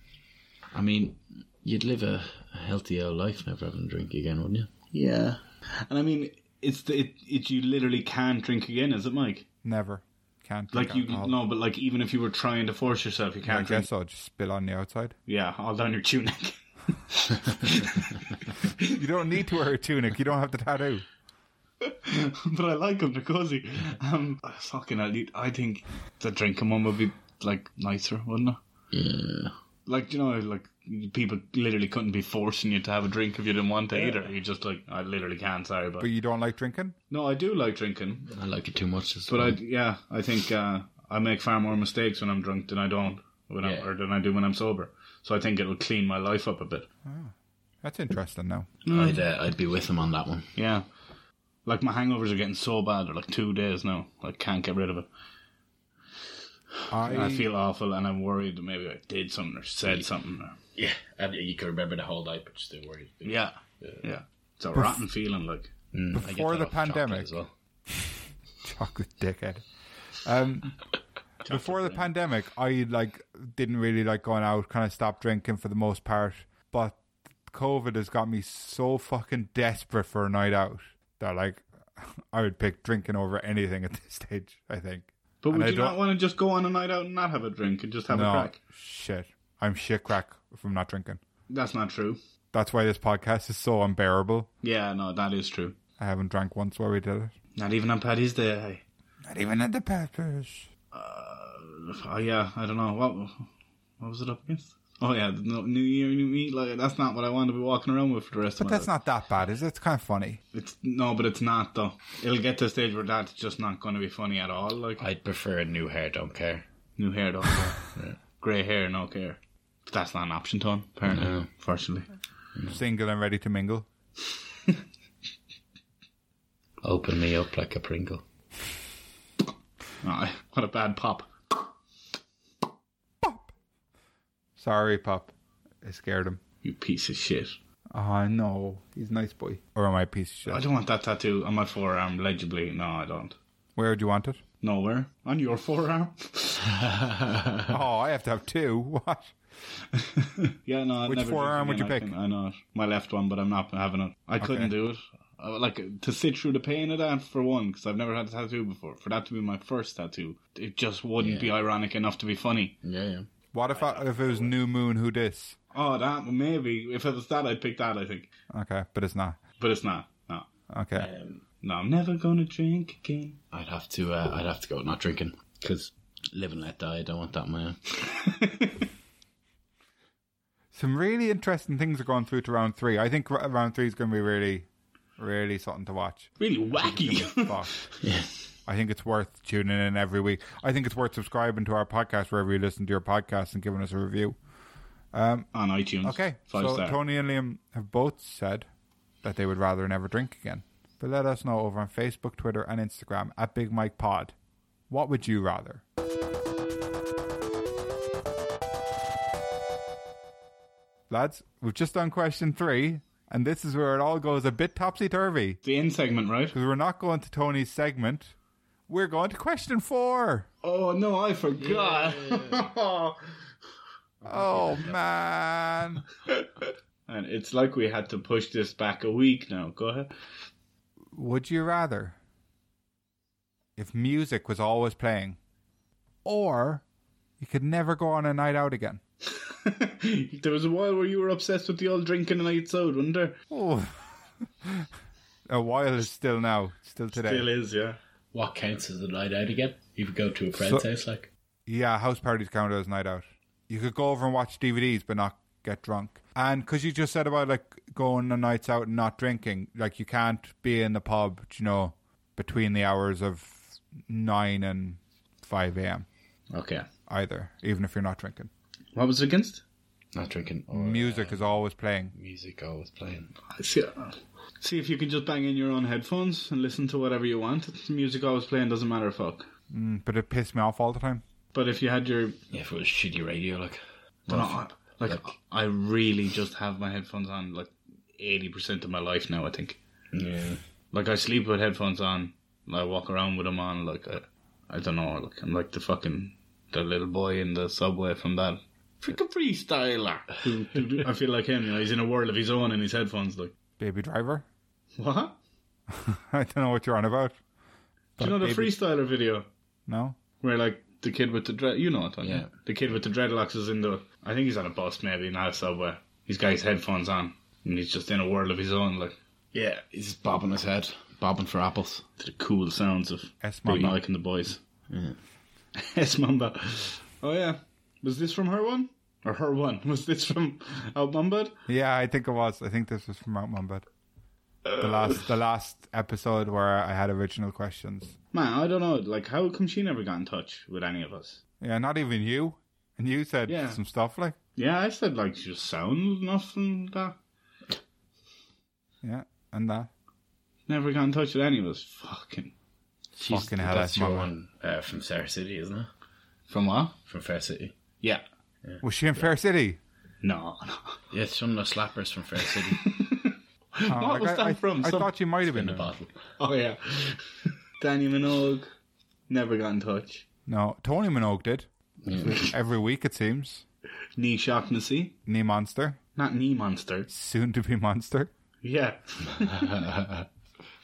I mean, you'd live a, a healthy old life never having a drink again, wouldn't you? yeah, and I mean, it's the it, it you literally can't drink again, is it, Mike? Never. Can't drink Like you alcohol. no, but like even if you were trying to force yourself, you I can't drink. guess I'll just spill on the outside. Yeah, all down your tunic. You don't need to wear a tunic. You don't have the tattoo. but I like him, they're cozy. Um, fucking, I, need- I think the drinking one would be like nicer, wouldn't it? Yeah. Like you know, like people literally couldn't be forcing you to have a drink if you didn't want to either. You're just like, I literally can't. Sorry, but, But you don't like drinking? no, I do like drinking. I like it too much. As But I, well. yeah, I think uh, I make far more mistakes when I'm drunk than I don't when Yeah. I'm, or than I do when I'm sober. So I think it'll clean my life up a bit. That's interesting now. I'd, uh, I'd be with him on that one. Yeah. Like my hangovers are getting so bad, they're like two days now. I can't get rid of it. I, I feel awful, and I'm worried that maybe I did something or said something. Or, Yeah, and you could remember the whole night, but still worried. yeah, yeah. It's a rotten feeling. Like Before the pandemic. as well. chocolate dickhead. Um, before the pandemic, I like didn't really like going out. Kind of stopped drinking for the most part, but COVID has got me so fucking desperate for a night out that like I would pick drinking over anything at this stage. I think. but And would I you not don't- want to just go on a night out and not have a drink and just have a No crack? shit, I'm shit crack if I'm not drinking. That's not true. That's why this podcast is so unbearable. Yeah, no, that is true. I haven't drank once while we did it. Not even on Paddy's Day. hey. Not even at the peppers. Oh yeah, I don't know what. What was it up against? Oh yeah, no, New Year, New Me. Like that's not what I want to be walking around with for the rest But of my that's not that bad, is it? It's kind of funny. life. It's no, but it's not though. It'll get to a stage where that's just not going to be funny at all. Like I'd prefer a new hair, don't care. New hair, don't care. Grey hair, no care. But that's not an option, Tom, apparently, No. fortunately. Mm. Single and ready to mingle. Open me up like a Pringle. Aw, Oh, what a bad pop. Sorry, Pop. I scared him. You piece of shit. Oh, no. He's a nice boy. Or am I a piece of I shit? don't want that tattoo on my forearm, legibly. No, I don't. Where would you want it? Nowhere. On your forearm? oh, I have to have two. What? yeah, no. I'd Which never do it forearm would again, you I pick? can- I know. it. My left one, but I'm not having it. I couldn't do it. I would Like, to sit through the pain of that, for one, because I've never had a tattoo before. For that to be my first tattoo, it just wouldn't be ironic enough to be funny. Yeah, yeah. What if I, if it was New Moon? Who dis? Oh, that, maybe. If it was that, I'd pick that, I think. Okay, but it's not. But it's not. No. Okay. No, I'm never gonna drink again. I'd have to. Uh, I'd have to go with not drinking because live and let die. I don't want that man. Some really interesting things are going through to round three. I think r- round three is going to be really, really something to watch. Really wacky. Fuck. Yeah. I think it's worth tuning in every week. I think it's worth subscribing to our podcast wherever you listen to your podcast and giving us a review. On iTunes. Okay, Five so star. Tony and Liam have both said that they would rather never drink again. But let us know over on Facebook, Twitter, and Instagram at Big Mike Pod. What would you rather? Lads, we've just done question three, and this is where it all goes a bit topsy turvy the end segment, right? because we're not going to Tony's segment. We're going to question four. Oh no, I forgot. Oh man! and it's like we had to push this back a week now. Go ahead. Would you rather if music was always playing, or you could never go on a night out again. there was a while where you were obsessed with the old drinking and nights out, wasn't there? Oh, a while is still now, still today. Still is, yeah. What counts as a night out again? You could go to a friend's So- house, like. Yeah, house parties count as night out. You could go over and watch DVDs, but not get drunk. And because you just said about like going on nights out and not drinking, like you can't be in the pub, you know, between the hours of nine and five a.m. Okay. either, even if you're not drinking. What was it against? Not drinking Oh, or Music is always playing. music always playing. See, uh, see if you can just bang in your own headphones and listen to whatever you want. It's music always playing doesn't matter a fuck. Mm, but it pissed me off all the time. But if you had your, Yeah, if it was shitty radio, like no, I- like, I really just have my headphones on like eighty percent of my life now. I think. yeah, Like I sleep with headphones on. and I walk around with them on. Like I, I don't know. Like I'm like the fucking the little boy in the subway from that freaking freestyler. Who- who- I feel like him. You know, he's in a world of his own in his headphones. Like Baby Driver. what? I don't know what you're on about. Do you know the Baby- freestyler video? No. Where like the kid with the dread, you know it, don't Yeah. you? The kid with the dreadlocks is in the. I think he's on a bus, maybe not a subway. He's got his headphones on, and he's just in a world of his own, like yeah, he's just bobbing his head, bobbing for apples. to the cool sounds of S Big Mamba. Mike and the boys. S Mamba. Oh yeah, was this from her one or her one? Was this from Out Mamba? Yeah, I think it was. I think this was from Mount Mumbad. Uh. The last, the last episode where I had original questions. Man, I don't know. Like, how come she never got in touch with any of us? Yeah, not even you. And you said Yeah. some stuff like, Yeah, I said like she just sound enough and that. yeah, and that. Never got in touch with any of us. Fucking She's- Fucking hell, that's your mama. one uh, from Fair City, isn't it? from what? From Fair City. Yeah. Was she in Fair City? No. no. Yeah, it's some of the slappers from Fair City Oh, what like, was I, that I- from? I Some- thought you might have in been. the bottle. Oh yeah, Danny Minogue never got in touch. No, Tony Minogue did. Yeah. Mm. Every week, it seems. Knee Shocknessy, Knee Monster. not knee monster. Soon to be Monster. Yeah,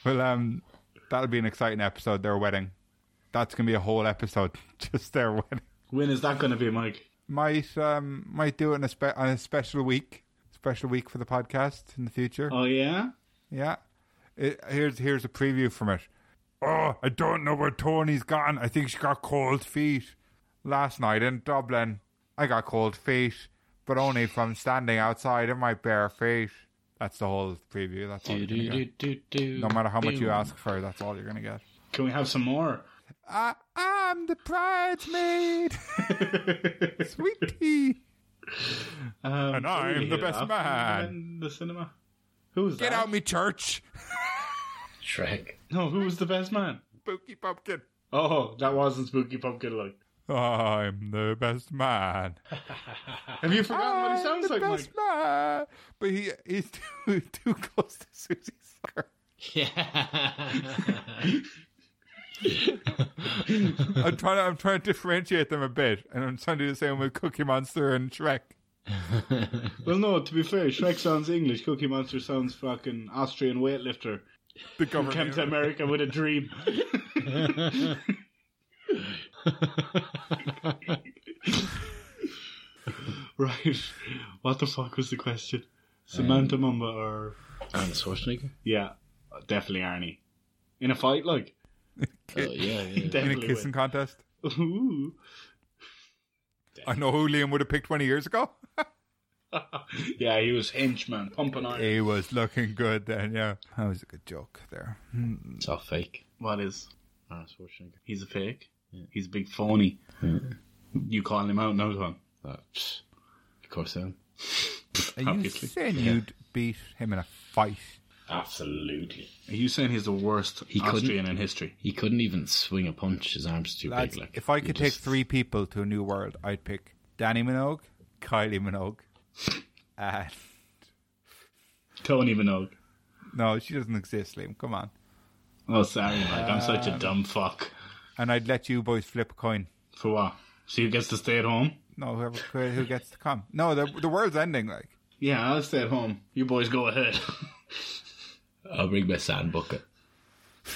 Well, um, that'll be an exciting episode, their wedding. That's going to be a whole episode, just their wedding. when is that going to be, Mike? Might um might do it in a spe- on a special week, special week for the podcast in the future. Oh yeah, Yeah. It, here's here's a preview from it. Oh, I don't know where Tony's gone. I think she got cold feet. Last night in Dublin, I got cold feet, but only from standing outside in my bare feet. That's the whole preview. That's all you're gonna get. No matter how much you ask for, that's all you're gonna get. can we have some more? I, I'm the bridesmaid, sweetie. Um, And I'm really the hit best off man. in the cinema. Who was Get that? out me church, Shrek. No, who was the best man? spooky pumpkin. Oh, that wasn't Spooky Pumpkin. Like, I'm the best man. have you forgotten what he sounds the like, Mike? best man. But he he's too, too close to Susie Sucker. Yeah. I'm trying to I'm trying to differentiate them a bit, and I'm trying to do the same with Cookie Monster and Shrek. Well, no. To be fair, Shrek sounds English. Cookie Monster sounds fucking Austrian weightlifter. The Came government. to America with a dream. Right. What the fuck was the question? Samantha Mumba or Arnold Schwarzenegger? yeah, definitely Arnie in a fight like Oh, yeah, yeah. in a definitely. kissing contest. win. Ooh. I know who Liam would have picked 20 years ago. yeah, he was henchman pumping iron. He was looking good then, yeah. That was a good joke there. It's all fake. What is? Arnold Schwarzenegger. He's a fake. He's a big phony. You calling him out now, Tom? That, pfft. of course, I am. Are you Obviously. saying you'd beat him in a fight? Absolutely. Are you saying he's the worst He couldn't- Austrian in history? He couldn't even swing a punch. His arms too Lads, big. Like if I he could take just- three people to a new world, I'd pick Danny Minogue, Kylie Minogue, and Tony Minogue. No, she doesn't exist, Liam. Come on. Oh, sorry, Mike. I'm such a dumb fuck. And I'd let you boys flip a coin. For what? So you gets to stay at home? No, whoever who gets to come. No, the the world's ending. Like Yeah, I'll stay at home. You boys go ahead. I'll bring my sand bucket.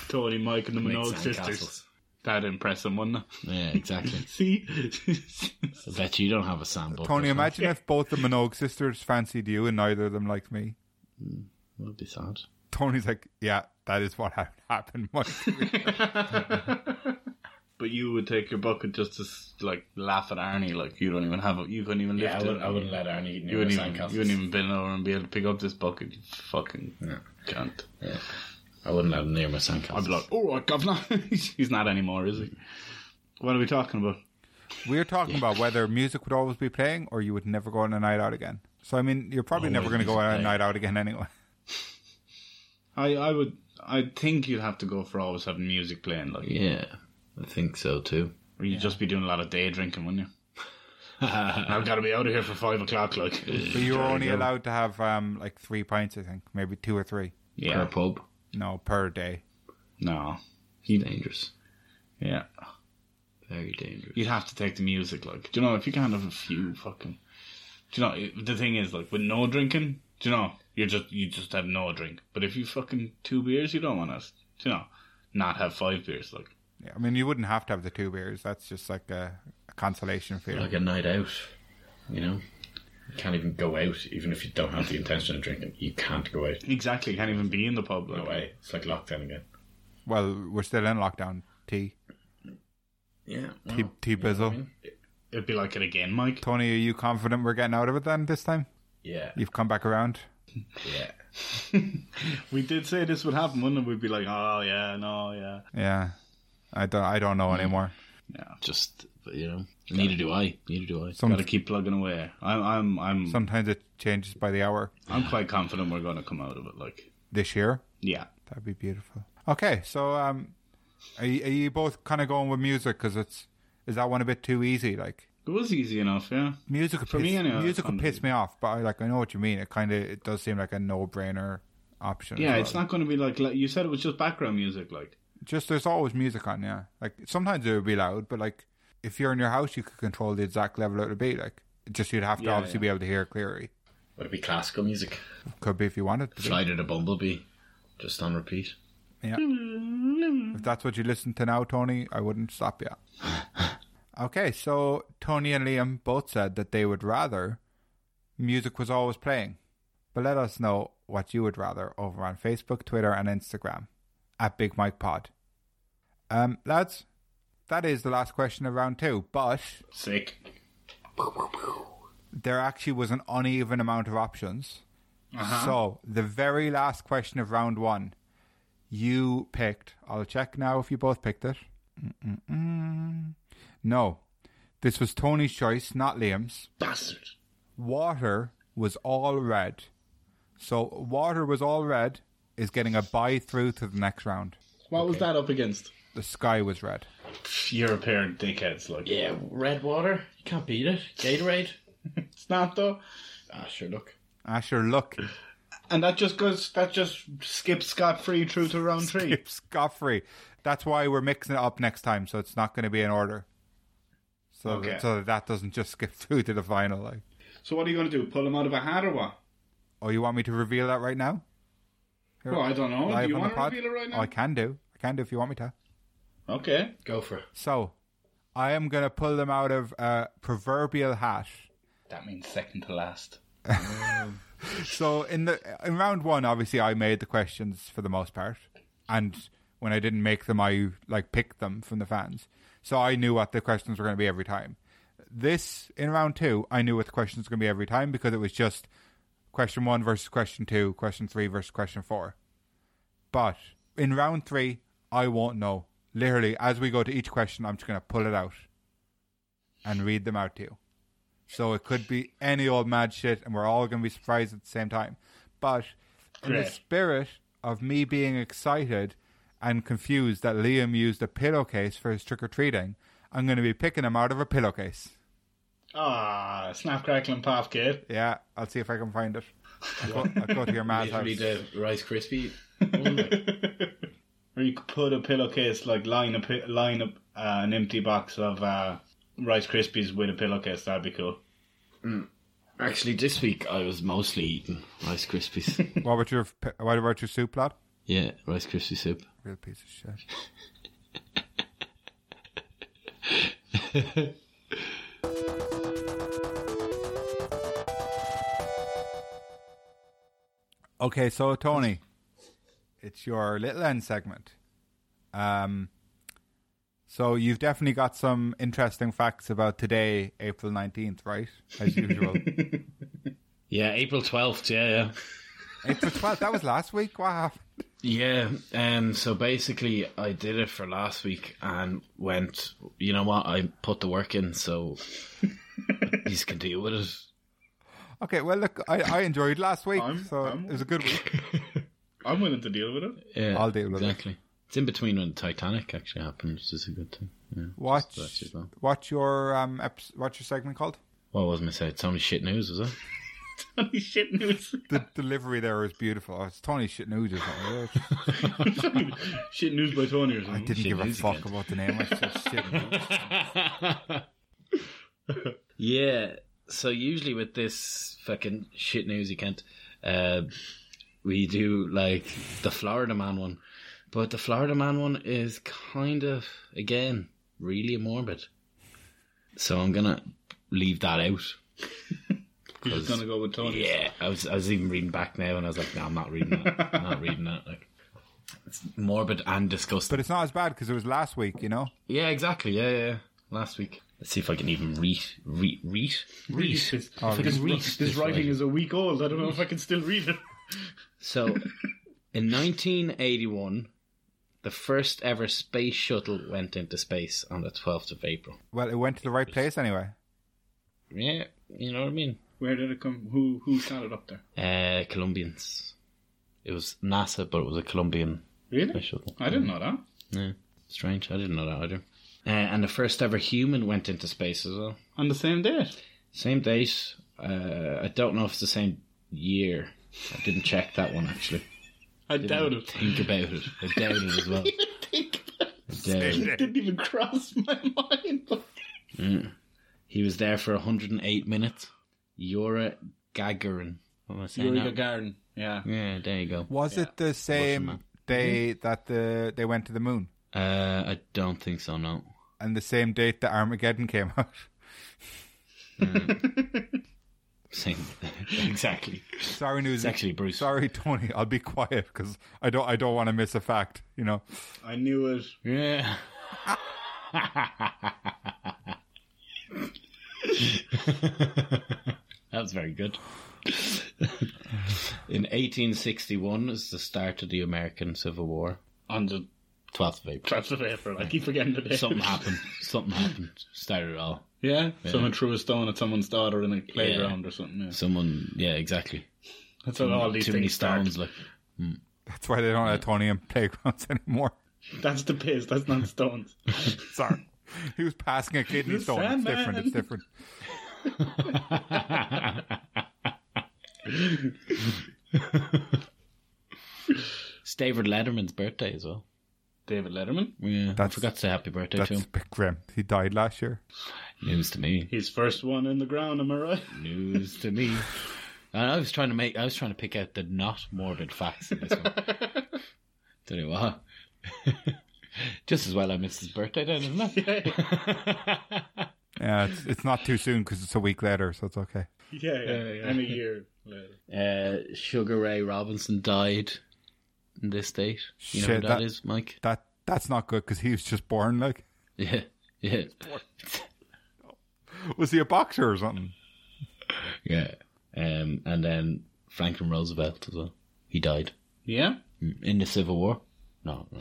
Tony, Mike, and the Make Minogue sand sisters. castles. That'd impress someone. Yeah, exactly. See? I bet you don't have a Sam Butler. Tony, fan. imagine if both the Minogue sisters fancied you and neither of them liked me. That'd be sad. Tony's like, yeah, that is what ha- happened. Mike." but you would take your bucket just to s- like laugh at Arnie, like you don't even have it. You couldn't even lift Yeah, I it. wouldn't, I wouldn't let Arnie eat you near the wouldn't even. sandcastles. You wouldn't even bend over and be able to pick up this bucket. You fucking Yeah. can't. I wouldn't let him near my sandcastles. I'd be like, all right, governor. He's not anymore, is he? What are we talking about? we were talking about whether music would always be playing or you would never go on a night out again. So, I mean, you're probably never going Always to go on a music night out again anyway. I, I would. I think you'd have to go for always having music playing. Like, Yeah, I think so too. or you'd just be doing a lot of day drinking, wouldn't you? I've got to be out of here for five o'clock. Like, Uh-huh. But you were only allowed to have um, like three pints, I think, maybe two or three. Per yeah, pub, No, per day. no, dangerous, yeah. very dangerous. You'd have to take the music, like, do you know, if you can't have a few fucking, do you know, it- the thing is, like, with no drinking, do you know, you're just, you just have no drink. But if you fucking two beers, you don't want to, do you know, not have five beers, like, Yeah, I mean, you wouldn't have to have the two beers. That's just like a, a consolation for you. like a night out, you know? You can't even go out, even if you don't have the intention of drinking. You can't go out. exactly, you can't even be in the pub, like, No way. It's like lockdown again. Well, we're still in lockdown. T. Yeah. T. T. Bizzle. it'd be like it again, Mike. Tony, are you confident we're getting out of it then this time? Yeah. You've come back around. Yeah. We did say this would happen, wouldn't it? We'd be like, oh, yeah, no, yeah. Yeah. I don't. I don't know anymore. Just you know, neither do I. Neither do I. Some, Gotta keep plugging away. I'm, I'm, I'm, sometimes it changes by the hour. I'm quite confident we're gonna come out of it, like, This year, yeah. that'd be beautiful. Okay, so um, are you, are you both kind of going with music because it's is that one a bit too easy? Like It was easy enough, yeah. music would For piss, me, anyway, music it's would fun. piss me off, but I like I know what you mean. It kind of it does seem like a no brainer option. as Yeah, well. it's not gonna be like, like, you said it was just background music, like. just there's always music on. Yeah, like sometimes it would be loud, but like if you're in your house, you could control the exact level it would be. Like just you'd have to Yeah, obviously yeah. be able to hear it clearly. Would it be classical music? Could be if you wanted to. Be. Flight of the Bumblebee. Just on repeat. If that's what you listen to now, Tony, I wouldn't stop you. okay, so Tony and Liam both said that they would rather music was always playing. But let us know what you would rather over on Facebook, Twitter, and Instagram at Big Mike Pod. Um, lads, that is the last question of round two, but Sick. there actually was an uneven amount of options. So the very last question of round one, you picked. I'll check now if you both picked it. Mm-mm-mm. No, this was Tony's choice, not Liam's. Bastard. Water was all red, so water was all red is getting a bye through to the next round. What was that up against? The sky was red. You're a pair of dickheads, like. Yeah, red water. You can't beat it. Gatorade. It's not though. Ah, sure, look. Asher, look, And that just goes, that just skips scot free through to round three. it's Godfrey. That's why we're mixing it up next time, so it's not going to be in order. So, Okay. so that that doesn't just skip through to the final. Like, So what are you going to do? Pull him out of a hat or what? oh, you want me to reveal that right now? Here, Well, Oh, I don't know. live do you on want the to pod? reveal it right Oh, now? I can do. I can do if you want me to. Okay. Go for it. So, I am going to pull them out of a proverbial hat. That means second to last. So in the in round one, obviously, I made the questions for the most part, and when I didn't make them, I like picked them from the fans, so I knew what the questions were going to be every time. This in round two, I knew what the questions were going to be every time because it was just question one versus question two, question three versus question four. But in round three, I won't know. Literally, as we go to each question, I'm just going to pull it out and read them out to you. So it could be any old mad shit, and we're all going to be surprised at the same time. But in the Great. spirit of me being excited and confused that Liam used a pillowcase for his trick or treating, I'm going to be picking him out of a pillowcase. Ah, snap, crackle, and pop, kid. Yeah, I'll see if I can find it. I'll go, I'll go to your man's house. Literally the Rice Krispie. one, like. Or you could put a pillowcase, like line a pi- line up uh, an empty box of uh, Rice Krispies with a pillowcase. That'd be cool. Actually, this week I was mostly eating Rice Krispies. What about your p- what about your soup lot? yeah, Rice Krispie soup. Real piece of shit. Okay, so Tony, it's your little end segment. Um, so you've definitely got some interesting facts about today, April nineteenth, right? As usual, Yeah, April 12th. Yeah, yeah. April twelfth. That was last week. What happened? Yeah, um, so basically, I did it for last week and went, you know what, I put the work in, so you can deal with it. Okay, well, look, I, I enjoyed last week, I'm- so I'm- it was a good week. I'm willing to deal with it. Yeah, I'll deal with it. exactly. It's in between when the Titanic actually happened, which is a good thing. Yeah, Watch, that's it, though. watch your um, eps- what's your segment called? What was I say? It's only shit news, is it? Holy shit news. The delivery there is beautiful. Oh, it's Tony Shit News. Isn't it? Yeah, shit news by Tony or I something. didn't Mm-hmm. Shit give a News fuck again. about the name. I said Shit News. yeah. So usually with this fucking shit news, you can't. Uh, we do like the Florida Man one, but the Florida Man one is kind of again really morbid. So I'm gonna leave that out. You're just gonna go with Tony. Yeah, I was, I was even reading back now, and I was like, no, I'm not reading that. I'm not reading that. Like, it's morbid and disgusting. But it's not as bad because it was last week, you know? Yeah, exactly. Yeah, yeah. yeah. Last week. Let's see if I can even read, read, read, read. This, Oh, this, read this this writing writing. is a week old. I don't know if I can still read it. So, in 1981, the first ever space shuttle went into space on the 12th of April. Well, it went to the right place anyway. Yeah, you know what I mean. Where did it come? Who who shot it up there? Uh, Colombians. It was NASA, but it was a Colombian Really? space shuttle. I didn't know that. Yeah, strange. I didn't know that either. Uh, and the first ever human went into space as well. On the same date. Same date. Uh, I don't know if it's the same year. I didn't check that one actually. I doubt it. Think about it. I doubt it as well. I doubt it. It didn't even cross my mind. He was there for 108 minutes. Yura Gagarin. What am I saying? Yuri now? Gagarin. Yeah. yeah, there you go. Was it the same man. day that the they went to the moon? Uh, I don't think so. No. And the same date that Armageddon came out? Same. exactly. Sorry, news. It's actually Bruce. Sorry, Tony. I'll be quiet because I don't. I don't want to miss a fact. You know. I knew it. Yeah. that was very good. In 1861 is the start of the American Civil War. On the 12th of April. 12th of April. I keep forgetting the date. Something happened. Something happened. Started it all. Yeah? Someone threw a stone at someone's daughter in a playground or something. Yeah. Someone, yeah, exactly. That's how all these Too many things start. stones, like That's why they don't have Tony in playgrounds anymore. That's the piss. That's not stones. Sorry. He was passing a kidney The stone. It's Sandman. different. It's different. it's David Letterman's birthday as well. David Letterman. Yeah, I That's- forgot to say happy birthday to That's a him. bit grim. He died last year. News to me. His first one in the ground, am I right? News to me. And I was trying to make. I was trying to pick out the not morbid facts in this one. Tell you what. Just as well, I missed his birthday then, isn't it? Yeah, it's, it's not too soon because it's a week later, so it's okay. Yeah, yeah. yeah. And a year later. Uh, Sugar Ray Robinson died on this date. You know Shit, who that- that is, Mike? That that's not good because he was just born. Like, Yeah, yeah, was he a boxer or something? yeah. Um, and then Franklin Roosevelt as well. He died Yeah? in the Civil War. No, no.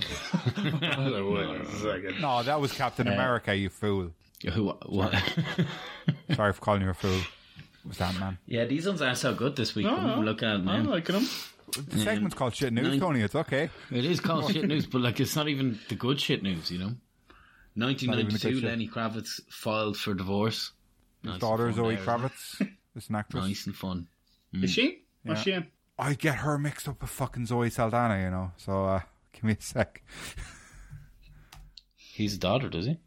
Oh, wait a second. No, that was Captain America. You fool. who? What? Sorry for calling you a fool. It was that man? yeah, these ones aren't so good this week. I'm no. looking at it I'm now. liking him. The segment's called shit news, Nine- Tony. It's okay. It is called shit news, but like it's not even the good shit news, you know. even the good 1992, shit. Lenny Kravitz filed for divorce. Nice and Daughter fun Zoe there, isn't it? Kravitz is an actress. Nice and fun. Is she? What's she in? I get her mixed up with fucking Zoe Saldana, you know. So uh, give me a sec. He's a daughter, does he?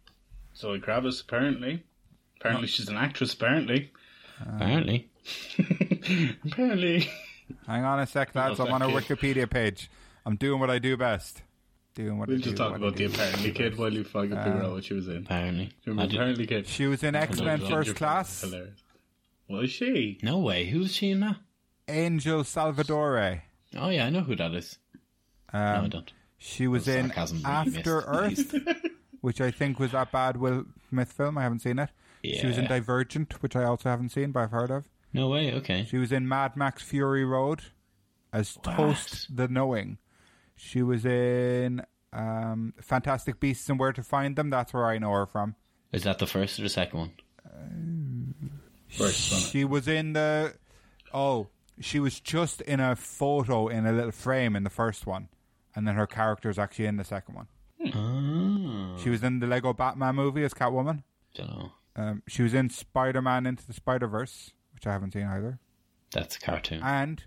Zoe Kravitz, apparently. Apparently she's an actress, apparently. Uh, Apparently. apparently. Hang on a sec, lads. I'm on her Wikipedia page. I'm doing what I do best. doing what We'll they just do, talk what about the they do. apparently kid while you fucking figure out what she was in. Apparently, Do you remember I didn't- apparently kid? She was in X Men Ginger First Fox, Class. hilarious. Was she? no way. Who's she in that? Angel Salvadore. Oh yeah, I know who that is. no, I Um, don't. she was in sarcasm that you After Earth, missed. which I think was that bad Will Smith film. I haven't seen it. She was in Yeah. Divergent, which I also haven't seen, but I've heard of. No way. Okay. She was in Mad Max Fury Road as Toast the Knowing. She was in um, Fantastic Beasts and Where to Find Them. That's where I know her from. Is that the first or the second one? First one. She was in the. Oh, she was just in a photo in a little frame in the first one. And then her character is actually in the second one. Oh, She was in the Lego Batman movie as Catwoman. don't know. Um, she was in Spider Man Into the Spider Verse, which I haven't seen either. That's a cartoon. And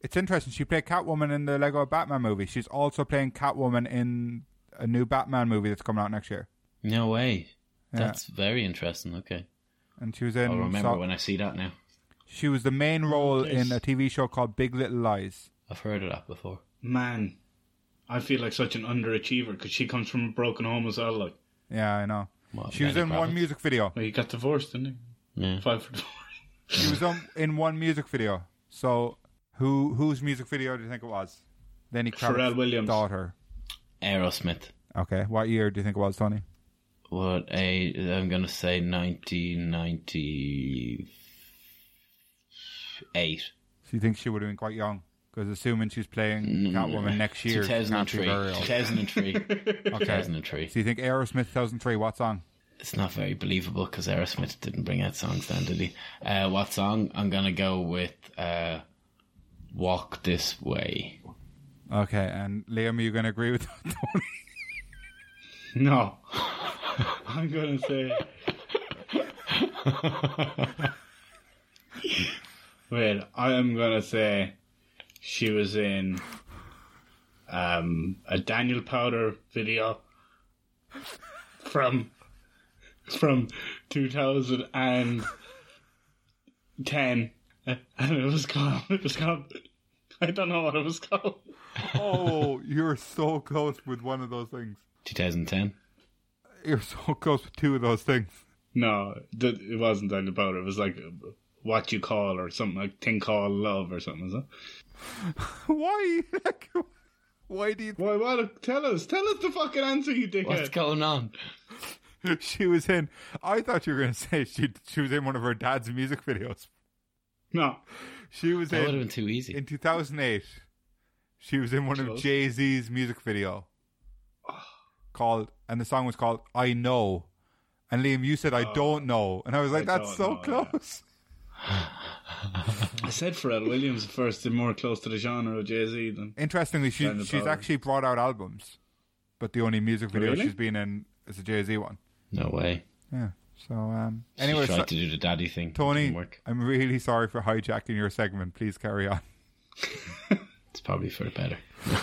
it's interesting. She played Catwoman in the Lego Batman movie. She's also playing Catwoman in a new Batman movie that's coming out next year. No way. Yeah. That's very interesting. Okay. And she was in. I'll remember so- when I see that now. she was the main role Nice. in a TV show called Big Little Lies. I've heard of that before. Man, I feel like such an underachiever because she comes from a broken home as well. Like, Yeah, I know. What, She was Lenny in one Kravitz? music video. well, he got divorced, didn't Yeah. he? Five for divorce. She was on, in one music video. So who whose music video do you think it was? Lenny Pharrell Kravitz's Williams. daughter. Aerosmith. Okay, what year do you think it was, Tony? What a I'm gonna say 1998. So you think she would have been quite young? Because assuming she's playing Catwoman next year, she can't be 2003. very old. 2003. Okay. 2003. So you think Aerosmith 2003? What song? It's not very believable because Aerosmith didn't bring out songs then, did he? Uh, what song? I'm gonna go with uh, "Walk This Way." Okay, and Liam, are you going to agree with that, Tony? No. I'm going to say. Wait, I am going to say she was in um, a Daniel Powder video from from 2010 and it was called it was called I don't know what it was called Oh, you're so close with one of those things. 2010. You're so close with two of those things. No, th- it wasn't Daniel Powder. It was like uh, what you call or something like thing called love or something. Is it? Why? Like, why do you? Why? What? Tell us. Tell us the fucking answer, you What's dickhead. going on? Think she was in. I thought you were going to say she she was in one of her dad's music videos. no, She was That would have in been too easy. in 2008. She was in one of Close. Jay Z's music video called, and the song was called "I Know." And Liam, you said, "I don't know," and I was like, I "That's so don't know, yeah. close." I said Pharrell Williams at first. They're more close to the genre of Jay Z than Interestingly, she, Daniel she's Powell. actually brought out albums, but the only music video Really? she's been in is a Jay Z one. No way. Yeah. So um, Anyway, anyway, she tried so- to do the daddy thing. It Tony, didn't work. I'm really sorry for hijacking your segment. Please carry on. It's probably for the better.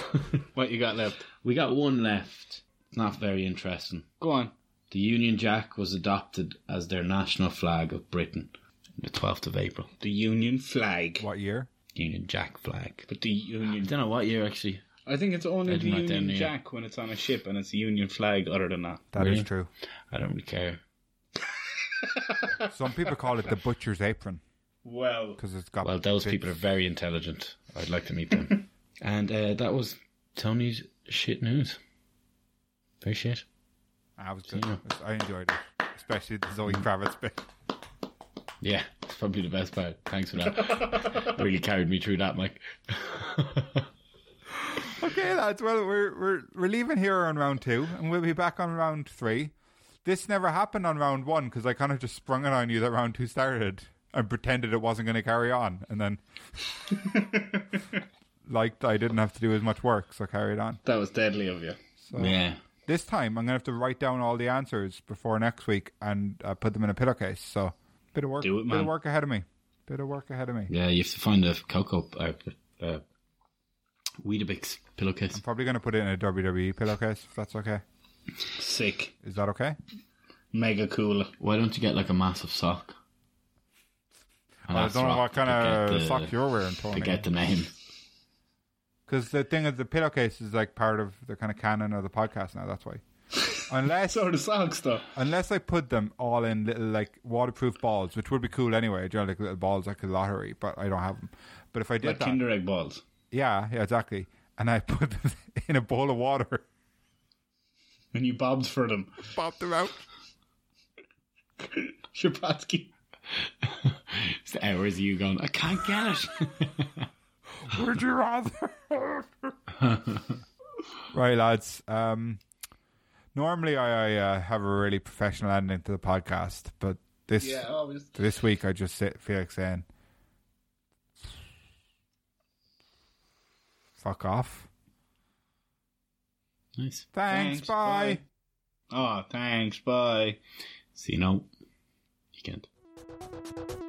what you got left. We got one left. It's not very interesting. Go on. The Union Jack was adopted as their national flag of Britain on the 12th of April. The Union flag, What year? Union Jack flag. but the I Union. don't know what year actually. I think it's only I the didn't write down Union the year. Jack when it's on a ship, and it's a Union flag. Other than that, That is Really? true. I don't really care. Some people call it the butcher's apron well, because it's got. Well, those big- people are very intelligent. I'd like to meet them. and uh, that was Tony's shit news. Very shit. I was good. I enjoyed it, especially the Zoe Kravitz bit. Yeah, it's probably the best part. Thanks for that. really carried me through that, Mike. Okay, lads. Well, we're we're we're leaving here on round two, and we'll be back on round three. This never happened on round one because I kind of just sprung it on you that round two started and pretended it wasn't going to carry on, and then liked I didn't have to do as much work, so carried on. that was deadly of you. Yeah. This time, I'm gonna have to write down all the answers before next week and uh, put them in a pillowcase. So, bit of work, Do it, bit of man. work ahead of me, bit of work ahead of me. Yeah, you have to find a cocoa, uh, uh, Weetabix pillowcase. Probably gonna put it in a WWE pillowcase if that's okay. Sick, Is that okay? mega cool. Why don't you get like a massive sock? And I that's don't know Oh, rock what kind to of get the- sock you're wearing, Tony. To get the name. Because the thing of the pillowcase is like part of the kind of canon of the podcast now. That's why. Unless So the socks though. unless I put them all in little like waterproof balls, which would be cool anyway. Do you know, like little balls like a lottery, but I don't have them. But if I did Like that, Kinder Egg balls. yeah, yeah, exactly. And I put them in a bowl of water, And you bobbed for them. pop them out. Shapatsky. It's the hours of you going, I can't get it. Would you rather? right, lads. Um, normally, I, I uh, have a really professional ending to the podcast, but this obviously. this week I just sit, feel like saying, "Fuck off." nice. Thanks. Thanks, bye. bye. Oh, thanks. Bye. See you now. You can't.